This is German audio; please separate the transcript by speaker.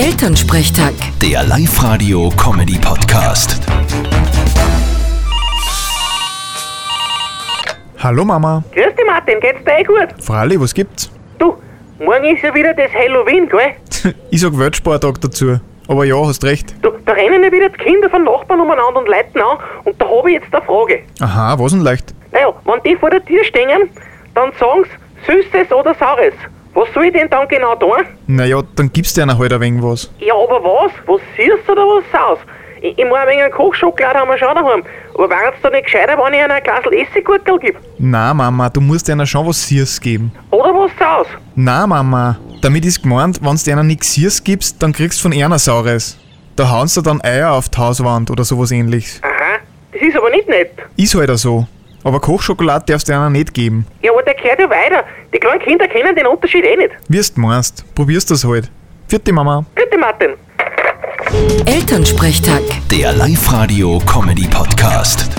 Speaker 1: Elternsprechtag.
Speaker 2: Der Live-Radio-Comedy-Podcast.
Speaker 3: Hallo Mama.
Speaker 4: Grüß dich Martin, geht's dir eh gut?
Speaker 3: Fralli, was gibt's?
Speaker 4: Du, morgen ist ja wieder das Halloween, gell?
Speaker 3: Ich sag Weltspartag dazu. Aber ja, hast recht.
Speaker 4: Du, da rennen ja wieder die Kinder von Nachbarn umeinander und leiten an und da habe ich jetzt eine Frage.
Speaker 3: Aha, was denn leicht?
Speaker 4: Naja, wenn die vor der Tür stehen, dann sagen sie Süßes oder Saures. Was soll ich denn dann genau tun?
Speaker 3: Naja, dann gibst du einer halt ein wenig was.
Speaker 4: Ja, aber was? Was Süßes oder was Saures? Ich, ich meine, ein wenig Kochschokolade haben wir schon daheim. Aber wäre es da nicht gescheiter, wenn ich ihnen ein Glas Essiggurkel gebe?
Speaker 3: Na Mama, du musst einer schon was Siers geben.
Speaker 4: Oder was Saures?
Speaker 3: Na Mama, damit ist gemeint, wenn du einer nix Siers gibst, dann kriegst du von einer Saures. Da hauen sie dann Eier auf die Hauswand oder sowas ähnliches.
Speaker 4: Aha, das ist aber nicht nett.
Speaker 3: Ist halt auch so. Aber Kochschokolade darfst du einer nicht geben.
Speaker 4: Ja, aber der gehört ja weiter. Die kleinen Kinder kennen den Unterschied eh nicht.
Speaker 3: Wirst meinst, probierst das halt. Vierte Mama.
Speaker 4: Bitte Martin.
Speaker 1: Elternsprechtag.
Speaker 2: Der Live-Radio-Comedy-Podcast.